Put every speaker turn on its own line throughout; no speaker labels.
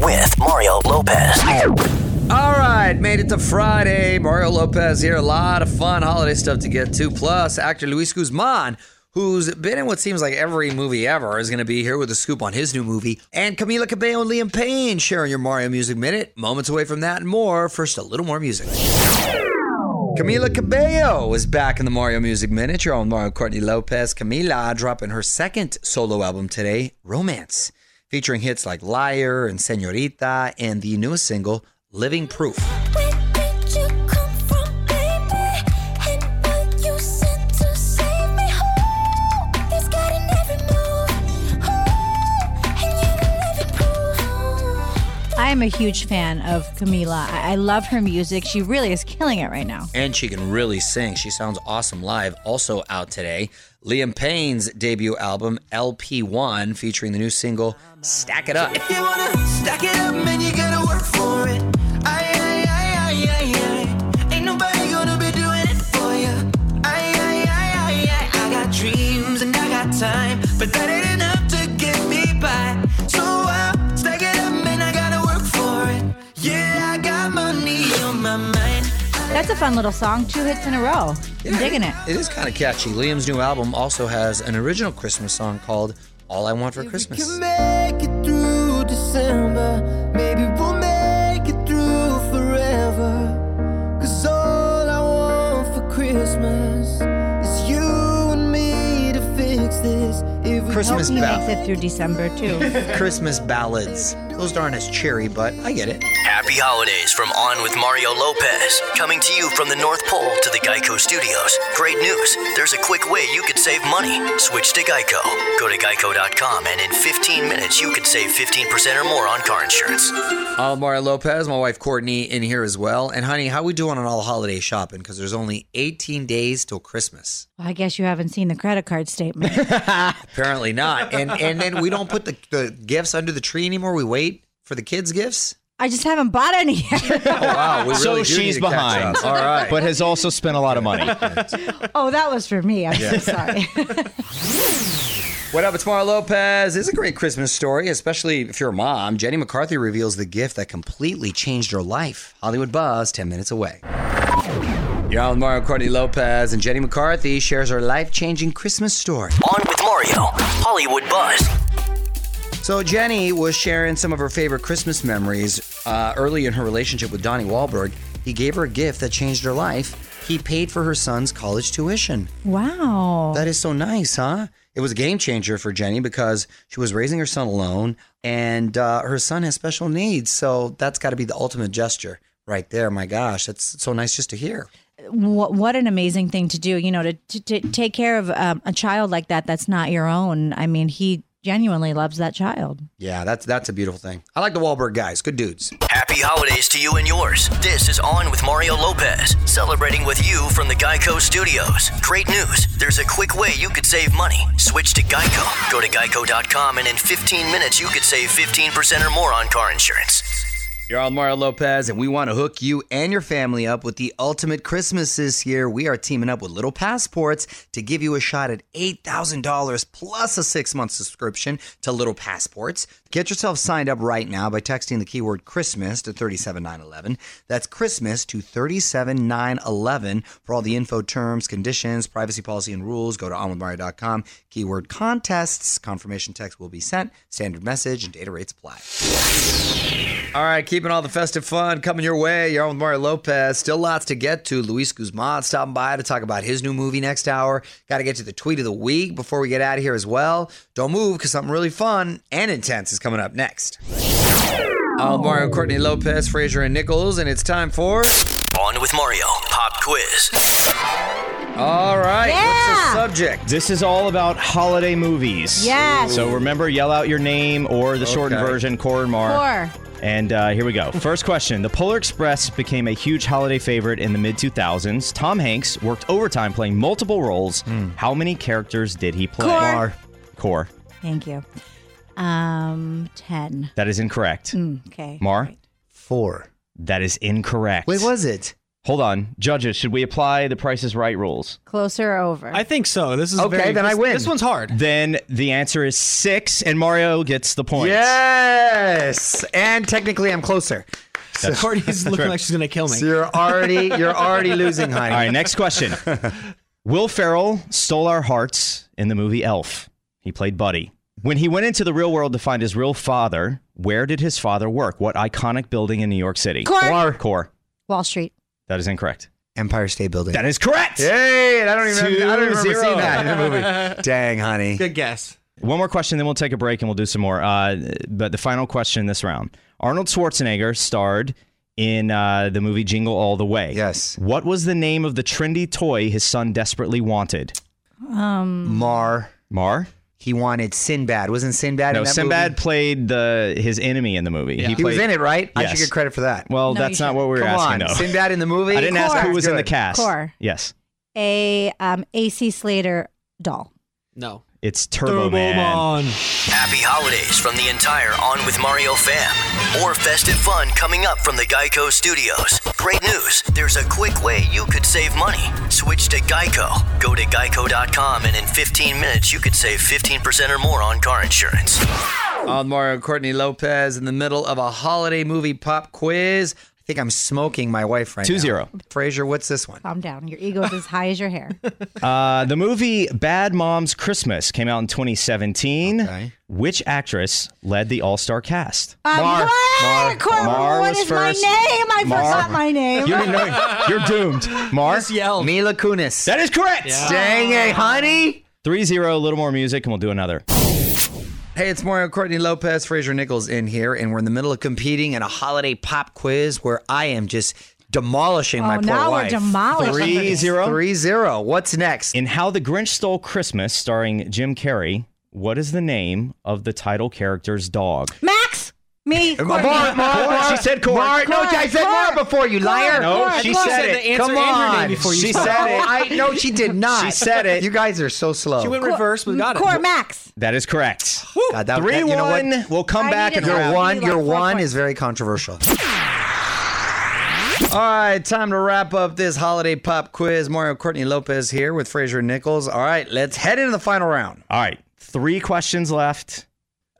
with Mario Lopez.
All right, made it to Friday. Mario Lopez here. A lot of fun holiday stuff to get to. Plus, actor Luis Guzman, who's been in what seems like every movie ever, is going to be here with a scoop on his new movie. And Camila Cabello and Liam Payne sharing your Mario Music Minute. Moments away from that and more. First, a little more music. Camila Cabello is back in the Mario Music Minute. Your own Mario Courtney Lopez. Camila dropping her second solo album today, Romance, featuring hits like Liar and Senorita and the newest single, Living Proof.
Where did you come from, baby? And what you sent to save me? Ooh, there's God in every move. Ooh, and you're the living proof.
I am a huge fan of Camila. I, I love her music. She really is killing it right now.
And she can really sing. She sounds awesome live. Also out today, Liam Payne's debut album, LP1, featuring the new single, Stack It Up.
You wanna stack it up, man, you gotta work for it. Aye, aye, aye, aye, aye, aye. Ain't nobody gonna be doing it for you. Aye, aye, aye, aye, aye. I got dreams and I got time, but that ain't enough to get me by. So I stack it up, man, I gotta work for it. Yeah, I got money on my mind.
That's a fun little song. Two hits in a row. I'm digging it.
It is kind of catchy. Liam's new album also has an original Christmas song called All I Want for Christmas.
Can make it through December. Maybe we'll make it through forever. Cause all I want for Christmas is you and me to fix this. If we
Christmas
Hope he makes
ball-
it through December too.
Christmas ballads. Those aren't as cheery, but I get it.
Happy holidays from On with Mario Lopez. Coming to you from the North Pole to the Geico Studios. Great news. There's a quick way you could save money. Switch to Geico. Go to geico.com and in 15 minutes you could save 15% or more on car insurance.
All Mario Lopez, my wife Courtney, in here as well. And honey, how we doing on all the holiday shopping? Because there's only 18 days till Christmas.
Well, I guess you haven't seen the credit card statement.
Apparently not. And and then we don't put the, the gifts under the tree anymore. We wait for the kids' gifts.
I just haven't bought any yet.
Oh, wow. We
So
really do need
she's
to catch
behind.
up. All right.
But has also spent a lot of money.
oh, that was for me. I'm so sorry.
What up, it's Mario Lopez. It's a great Christmas story, especially if you're a mom. Jenny McCarthy reveals the gift that completely changed her life. Hollywood Buzz, 10 minutes away. You're on with Mario Courtney Lopez, and Jenny McCarthy shares her life changing Christmas story.
On with Mario. Hollywood Buzz.
So, Jenny was sharing some of her favorite Christmas memories uh, early in her relationship with Donnie Wahlberg. He gave her a gift that changed her life. He paid for her son's college tuition.
wow.
That is so nice, huh? It was a game changer for Jenny because she was raising her son alone and uh, her son has special needs. So that's got to be the ultimate gesture right there. My gosh, that's so nice just to hear.
what, what an amazing thing to do you know to, to, to take care of um, a child like that that's not your own i mean he genuinely loves that child
Yeah, that's that's a beautiful thing. I like the Wahlberg guys. Good dudes.
Happy holidays to you and yours. This is On with Mario Lopez, celebrating with you from the Geico Studios. Great news. There's a quick way you could save money. Switch to Geico. Go to geico.com and in 15 minutes you could save 15% or more on car insurance.
You're on Mario Lopez, and we want to hook you and your family up with the ultimate Christmas this year. We are teaming up with Little Passports to give you a shot at $8,000 plus a six month subscription to Little Passports. Get yourself signed up right now by texting the keyword Christmas to 37911. That's Christmas to 37911. For all the info, terms, conditions, privacy policy, and rules, go to onwithmario.com. Keyword contests. Confirmation text will be sent. Standard message and data rates apply. All right, keeping all the festive fun coming your way. You're on with Mario Lopez. Still lots to get to. Luis Guzman stopping by to talk about his new movie next hour. Got to get to the tweet of the week before we get out of here as well. Don't move because something really fun and intense is coming up next. I'm Mario Courtney Lopez, Fraser, and Nichols, and it's time for.
On with Mario. Pop quiz.
All right,
Yeah!
what's the subject?
This is all about holiday movies.
Yes.
So remember, yell out your name or the shortened
Okay.
version, Corin Mar.
or
And uh, here we go. First question The Polar Express became a huge holiday favorite in the mid 2000s. Tom Hanks worked overtime playing multiple roles.
Hmm.
How many characters did he play?
Cor.
Core. Core.
thank you um 10 Hmm.
That is incorrect.
okay
Mar,
Four.
that is incorrect.
Wait, was it?
Hold on. Judges, should we apply the Price is Right rules?
Closer or over?
I think so. This is
Okay,
very-
then I
this-
win.
This one's hard.
Then the answer is six, and Mario gets the points.
Yes, and technically I'm closer.
Courtney's looking like she's gonna kill me.
So you're already you're already losing, honey.
All right, next question. Will Ferrell stole our hearts in the movie Elf. He played Buddy. When he went into the real world to find his real father, where did his father work? What iconic building in New York City?
Core.
Core.
Wall Street.
That is incorrect.
Empire State Building.
That is correct.
Hey, I don't even I don't even remember
2-0.
seeing that in the movie. Dang, honey.
Good guess.
One more question, then we'll take a break and we'll do some more. Uh, but the final question this round Arnold Schwarzenegger starred in uh, the movie Jingle All the Way.
Yes.
What was the name of the trendy toy his son desperately wanted?
Um,
Mar.
Mar?
He wanted Sinbad. Wasn't Sinbad
No,
in that
Sinbad
movie?
played the his enemy in the movie. He,
He
played,
was in it, right? I should
Yes.
get credit for that.
Well,
No,
that's
you
not what we were
Come on,
asking, though.
Sinbad in the movie.
I didn't ask who
Core.
was in the
Good.
cast.
Core.
Yes,
A um, AC Slater doll.
No.
it's Turbo, Man.
Happy holidays from the entire On With Mario fam. More festive fun coming up from the Geico studios. Great news there's a quick way you could save money. Switch to Geico. Go to geico.com, and in 15 minutes, you could save 15% or more on car insurance.
on Mario and Courtney Lopez in the middle of a holiday movie pop quiz. I think I'm smoking my wife right now.
2-0.
Frazier, what's this one?
Calm down. Your ego's as high as your hair.
Uh, the movie Bad Moms Christmas came out in 2017.
Okay.
Which actress led the all star cast?
Um,
Mar.
what?
Mar.
Cor-
Mar
what
was
is my
first.
name? I
Mar.
forgot my name.
You didn't know. You're doomed. Mar?
Just yelled.
Mila Kunis.
That is correct.
Dang it, honey.
3 0, a little more music, and we'll do another.
Hey, it's Mario and Courtney Lopez, Fraser Nichols in here, and we're in the middle of competing in a holiday pop quiz where I am just demolishing my
oh,
poor
now
wife.
we're demolished.
3 0.
3-0. What's next?
In How the Grinch Stole Christmas, starring Jim Carrey, what is the name of the title character's dog?
Max, me,
Mar,
Courtney.
Mar, Mar.
She said Cor.
Mar. No, I said
Cor.
Mar before, you liar.
No,
Cor,
she
Cor.
said
said
it.
the answer
Come
and your
on.
name before you
She
spoke.
said it.
I no, she did not.
She said it.
You guys are so slow.
She went reverse, but got
Cor
it.
Max.
That is correct.
God, that-
Three
that- you know what?
one. We'll come
I
back
needed
and
that.
wrap.
Your
Around.
one,
Maybe
your
like four
one
points.
is very controversial. All right, time to wrap up this holiday pop quiz. Mario Courtney Lopez here with Fraser Nichols. All right, let's head into the final round.
All right, three questions left.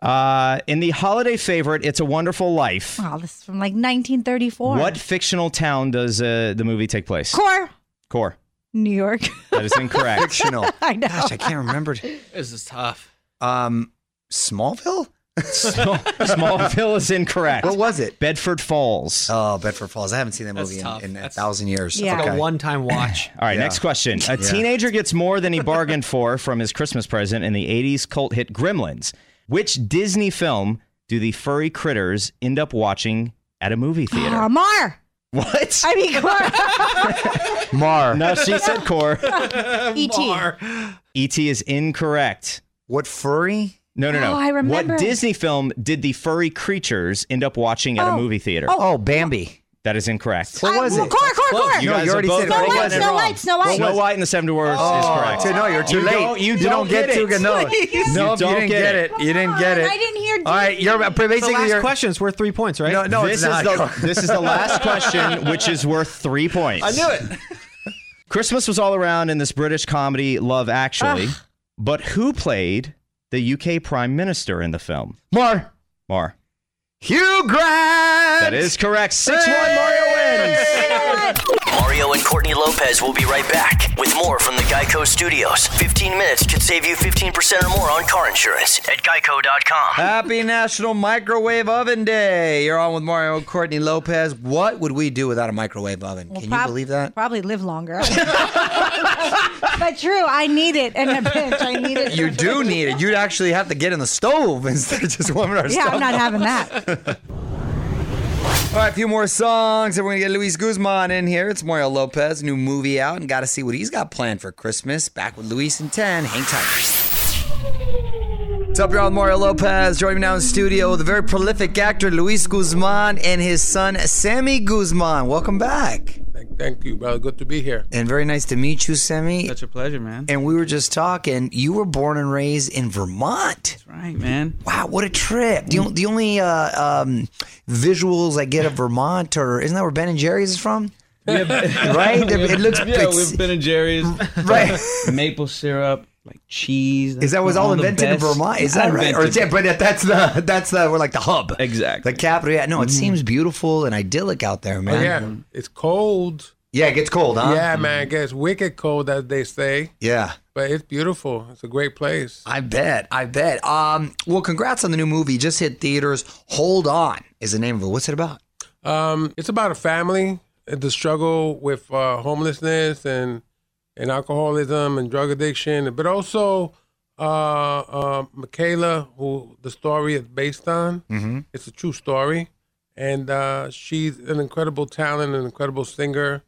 Uh, in the holiday favorite, "It's a Wonderful Life,"
Oh, this is from like 1934.
what fictional town does uh, the movie take place?
Core.
Core.
New York.
That is incorrect.
Fictional.
I know.
Gosh, I can't remember.
This is tough.
Um, Smallville?
Small, Smallville is incorrect.
What was it?
Bedford Falls. All
Oh, Bedford Falls. I haven't seen that
That's
movie
tough.
in, in a
That's-
thousand years.
Yeah.
Like
Okay.
a one-time watch.
right,
Yeah.
next question. A teenager gets more than he bargained for from his Christmas present in the 80s cult hit Gremlins. Which Disney film do the furry critters end up watching at a movie theater?
Um,
Oh, Mar.
what?
I mean, Core.
Mar.
no, she said core.
E.T.
E.T. is incorrect.
What furry?
No, no, no.
Oh, I remember.
What Disney film did the furry creatures end up watching at a
Oh.
movie theater?
Oh, Bambi.
That is incorrect.
What
I-
was
well,
it?
Core, Core, Core.
No, you
are
already
both
said it. What
getting
was
it
Snow
wrong.
White, Snow White.
Snow White and the Seven Dwarfs
Oh,
is
to-
correct.
no, you're too
You
late.
don't- you don't
get,
get
to
it.
no.
Please.
No,
You
you
don't
didn't
get
get
it.
it. You didn't get it.
Come on, I didn't hear
All right, you're
It's the
basically
last
you're.
question. It's worth three points, right?
No, no,
this
it's not.
is the this is the last question, which is worth three points.
I knew it.
Christmas was all around in this British comedy Love Actually, but who played the UK Prime Minister in the film?
Mar.
Mar.
Hugh Grant.
That is correct. Six one. Mario wins.
Mario and Courtney Lopez will be right back with more from the Geico Studios. 15 minutes could save you 15% or more on car insurance at geico.com.
Happy National Microwave Oven Day. You're on with Mario and Courtney Lopez. What would we do without a microwave oven? Can you
prob-
believe that?
Probably live longer. but true, I need it in a pinch. I need it.
You do need it. You'd actually have to get in the stove instead of just warming our
Yeah,
stove.
I'm not having that.
All right, a few more songs, and we're gonna get Luis Guzman in here. It's Mario Lopez, new movie out, and gotta see what he's got planned for Christmas. Back with Luis in 10. Hang tight. What's up, y'all? With Mario Lopez. Joining me now in studio, the very prolific actor Luis Guzman and his son Sammy Guzman. Welcome back.
Thank, thank you, brother. Good to be here.
And very nice to meet you, Sammy.
Such a pleasure, man.
And we were just talking. You were born and raised in Vermont.
right, man.
Wow, what a trip! The, on- the only uh, um, visuals I get of Vermont, or isn't that where Ben and Jerry's is from? right? It looks
Yeah,
it's-
with Ben and Jerry's,
right.
maple syrup, like cheese.
Is that was all,
the
invented in
best.
Vermont? Is
I
that right? Or
invented
is that,
it.
but that- that's the that's the we're like the hub,
Exactly. Mm-hmm. Oh,
the capital. Yeah, no, it seems beautiful and idyllic out there, man.
yeah, it's cold.
yeah, it gets cold, huh?
yeah, man, it gets wicked cold as they say,
yeah.
but it's beautiful. It's a great place.
I bet. I bet. Um, well, congrats on the new movie. Just hit theaters. Hold on is the name of it. What's it about?
Um, it's about a family, and the struggle with uh, homelessness and and alcoholism and drug addiction, but also uh, uh, Michaela, who the story is based on. Mm-hmm. It's a true story, and uh, she's an incredible talent, an incredible singer,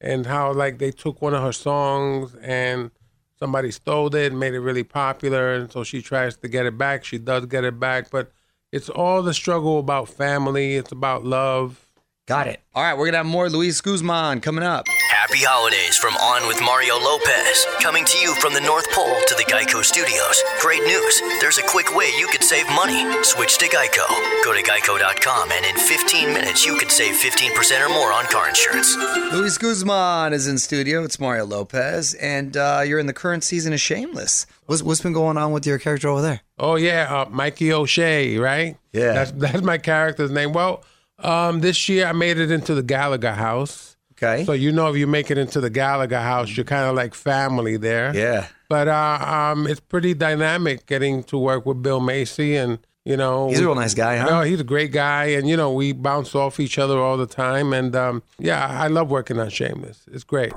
and how like they took one of her songs and somebody stole it and made it really popular, and so she tries to get it back. She does get it back, but it's all the struggle about family. It's about love.
Got it. All right, we're gonna have more Luis Guzman coming up.
Happy holidays from On with Mario Lopez. Coming to you from the North Pole to the Geico Studios. Great news. There's a quick way you could save money. Switch to Geico. Go to geico.com and in 15 minutes you could save 15% or more on car insurance.
Luis Guzman is in studio. It's Mario Lopez, and uh, you're in the current season of Shameless. What's what's been going on with your character over there?
Oh yeah, uh, Mikey O'Shea, right?
Yeah.
that's that's my character's name. Well, um, this year I made it into the Gallagher house.
Okay.
So you know, if you make it into the Gallagher house, you're kind of like family there.
yeah.
But uh, um, it's pretty dynamic getting to work with Bill Macy, and you know,
He's a
we-
real nice guy, huh?
No, he's a great guy, and you know, we bounce off each other all the time, and um, yeah, I love working on Shameless. It's great.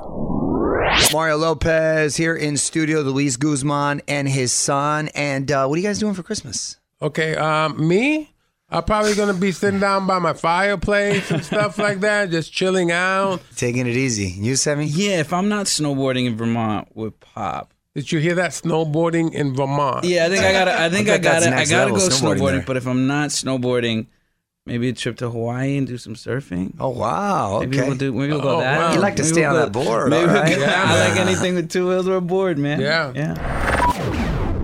Mario Lopez here in studio, Luis Guzman and his son. And uh, what are you guys doing for Christmas?
Okay, um, me, I'm probably gonna be sitting down by my fireplace and stuff like that, just chilling out.
Taking it easy. You, Sammy?
Yeah, if I'm not snowboarding in Vermont with Pop.
Did you hear that? Snowboarding in Vermont.
Yeah, I think I gotta. I think
I
I,
bet that's
gotta. I
next
gotta go
level, snowboarding
snowboarding.
there.
But if I'm not snowboarding, maybe a trip to Hawaii and do some surfing.
Oh wow.
Maybe
Okay.
we'll do. Maybe we'll go
Oh,
that.
wow.
route.
You like to
Maybe
stay
we'll
on
go-
that board,
Maybe
all
we'll
right?
go- I like anything with two wheels or a board, man.
Yeah.
yeah.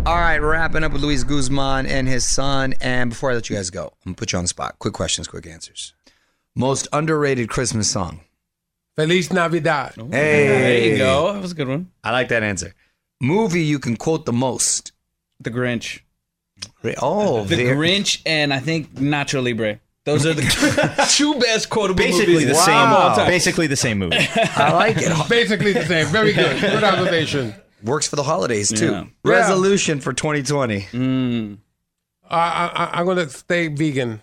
All right, wrapping up with Luis Guzman and his son. And before I let you guys go, I'm gonna put you on the spot. Quick questions, quick answers. Most underrated Christmas song.
Feliz Navidad.
Hey,
There you go. That was a good one.
I like that answer. Movie you can quote the most.
The Grinch.
Re- Oh,
The
there-
Grinch and I think Nacho Libre. Those are the two best quotable
Basically
movies.
the
of all
same.
time.
Basically the same movie.
I like it.
Basically the same. Very good. Good observation.
Works for the holidays too.
Yeah.
Resolution for 2020.
Mm.
Uh, I, I, I'm gonna stay vegan.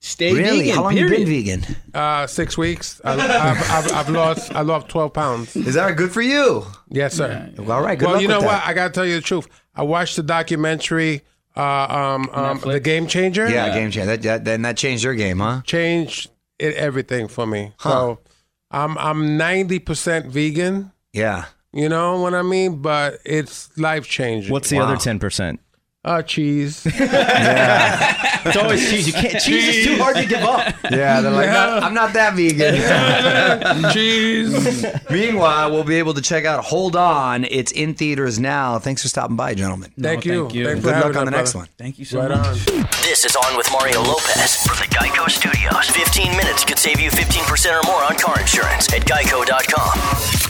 Stay
really?
vegan.
How long
period.
you been vegan?
Uh, six weeks. I, I've, I've, I've lost. I lost 12 pounds.
Is that good for you?
Yes, sir.
All right. Good
well,
luck
you know
with
what?
that.
I gotta tell you the truth. I watched the documentary, uh, um, um,
Netflix?
the Game Changer.
Yeah, game changer. That, that, then that changed your game, huh?
changed it everything for me. So I'm I'm ninety percent vegan.
Yeah.
You know what I mean? But it's life changing.
What's the other ten percent?
uh cheese?
It's always cheese. You can't. Cheese is too hard to give up.
Yeah, they're like, "Not- I'm not that vegan.
cheese.
Meanwhile, we'll be able to check out Hold On. It's in theaters now. Thanks for stopping by, gentlemen.
Thank you.
thank you.
Thanks for
Good
having
luck on the
us,
next
brother.
one.
Thank you so
Right
much.
on.
This is On with Mario Lopez from the Geico Studios. 15 minutes could save you 15% or more on car insurance at geico.com.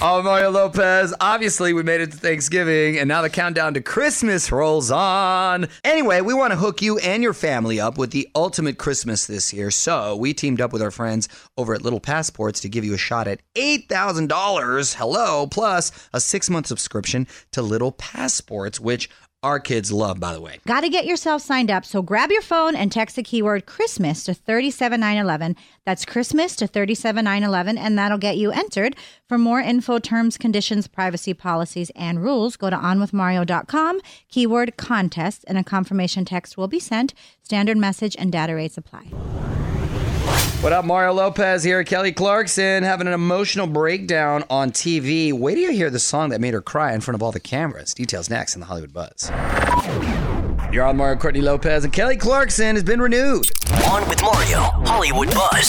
Oh, Mario Lopez. Obviously, we made it to Thanksgiving, and now the countdown to Christmas rolls on. Anyway, we want to hook you and your family up with the ultimate Christmas this year. So we teamed up with our friends over at Little Passports to give you a shot at $8,000. Hello, plus a six month subscription to Little Passports, which our kids love, by the way.
Got to get yourself signed up. So grab your phone and text the keyword Christmas to 37911. That's Christmas to 37911, and that'll get you entered. For more info, terms, conditions, privacy policies, and rules, go to onwithmario.com, keyword contest, and a confirmation text will be sent. Standard message and data rates apply.
What up, Mario Lopez here, Kelly Clarkson, having an emotional breakdown on TV. Wait till you hear the song that made her cry in front of all the cameras. Details next in the Hollywood Buzz. You're on Mario Courtney Lopez, and Kelly Clarkson has been renewed.
On with Mario, Hollywood Buzz.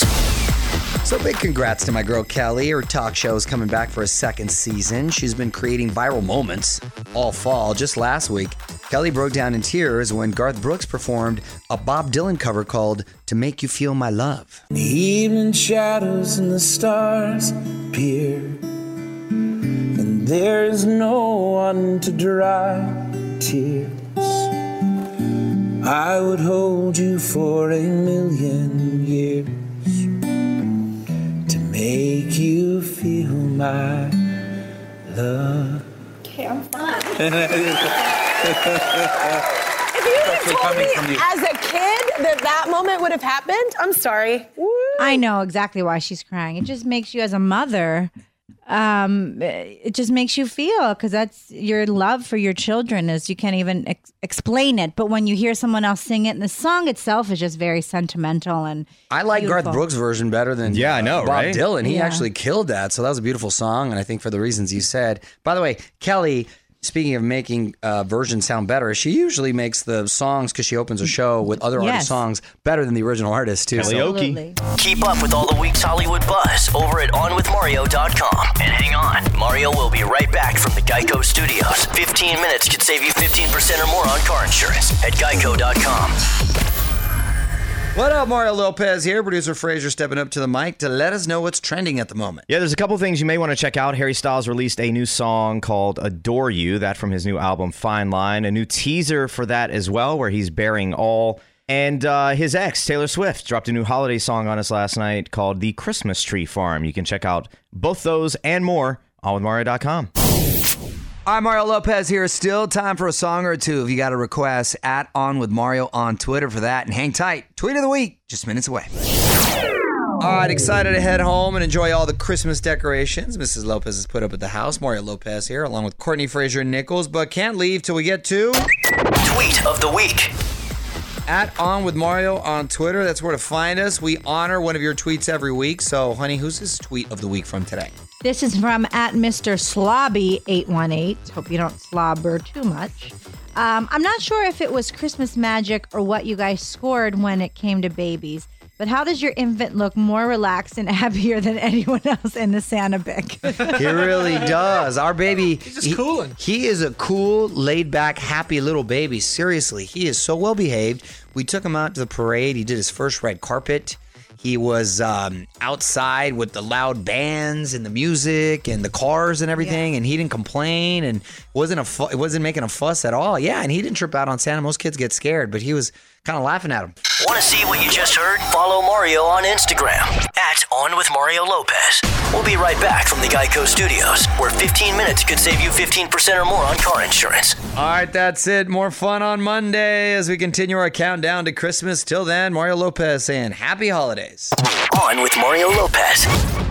So big congrats to my girl Kelly. Her talk show is coming back for a second season. She's been creating viral moments all fall. Just last week, Kelly broke down in tears when Garth Brooks performed a Bob Dylan cover called To Make You Feel My Love.
The evening shadows and the stars appear, and there is no one to dry tears. I would hold you for a million years to make you feel my love.
If you had told me as a kid that that moment would have happened, I'm sorry. Woo.
I know exactly why she's crying. It just makes you, as a mother, um, it just makes you feel because that's your love for your children is you can't even ex- explain it. But when you hear someone else sing it, and the song itself is just very sentimental and
I like Garth
Beautiful.
Brooks' version better than
Yeah, I know,
Bob
right?
Dylan. He
Yeah.
actually killed that, so that was a beautiful song, and I think for the reasons you said. By the way, Kelly, speaking of making uh, versions sound better, she usually makes the songs because she opens a show with other
Yes.
artist songs better than the original artist too.
Kelly
so-
Oki.
Absolutely.
Keep up with all the week's Hollywood buzz over at OnWithMario.com. And hang on, Mario will be right back from the Geico Studios. 15 minutes could save you 15% or more on car insurance at Geico.com.
What up, Mario Lopez here, producer Fraser stepping up to the mic to let us know what's trending at the moment.
Yeah, there's a couple things you may want to check out. Harry Styles released a new song called Adore You, that from his new album Fine Line, a new teaser for that as well, where he's bearing all. And uh, his ex, Taylor Swift, dropped a new holiday song on us last night called The Christmas Tree Farm. You can check out both those and more on Mario.com.
I'm Mario Lopez here. Still time for a song or two. If you got a request, at On With Mario on Twitter for that. And hang tight. Tweet of the week, just minutes away. All right, excited to head home and enjoy all the Christmas decorations Mrs. Lopez has put up at the house. Mario Lopez here, along with Courtney Fraser Nichols, but can't leave till we get to
Tweet of the week.
at On With Mario on Twitter. That's where to find us. We honor one of your tweets every week. So, honey, who's this tweet of the week from today?
This is from at Mr. Slobby 818. Hope you don't slobber too much. Um, I'm not sure if it was Christmas magic or what you guys scored when it came to babies, but how does your infant look more relaxed and happier than anyone else in the Santa pic?
He really does. Our baby. He's
just coolin'.
He is a cool, laid back, happy little baby. Seriously, he is so well behaved. We took him out to the parade. He did his first red carpet. He was um, outside with the loud bands and the music and the cars and everything, and he didn't complain and wasn't a fu- wasn't making a fuss at all. Yeah, and he didn't trip out on Santa. Most kids get scared, but he was kind of laughing at him.
Want to see what you just heard? Follow Mario on Instagram at On With Mario Lopez. We'll be right back from the Geico Studios, where 15 minutes could save you 15% or more on car insurance.
All right, that's it. More fun on Monday as we continue our countdown to Christmas. Till then, Mario Lopez saying happy holidays.
On With Mario Lopez.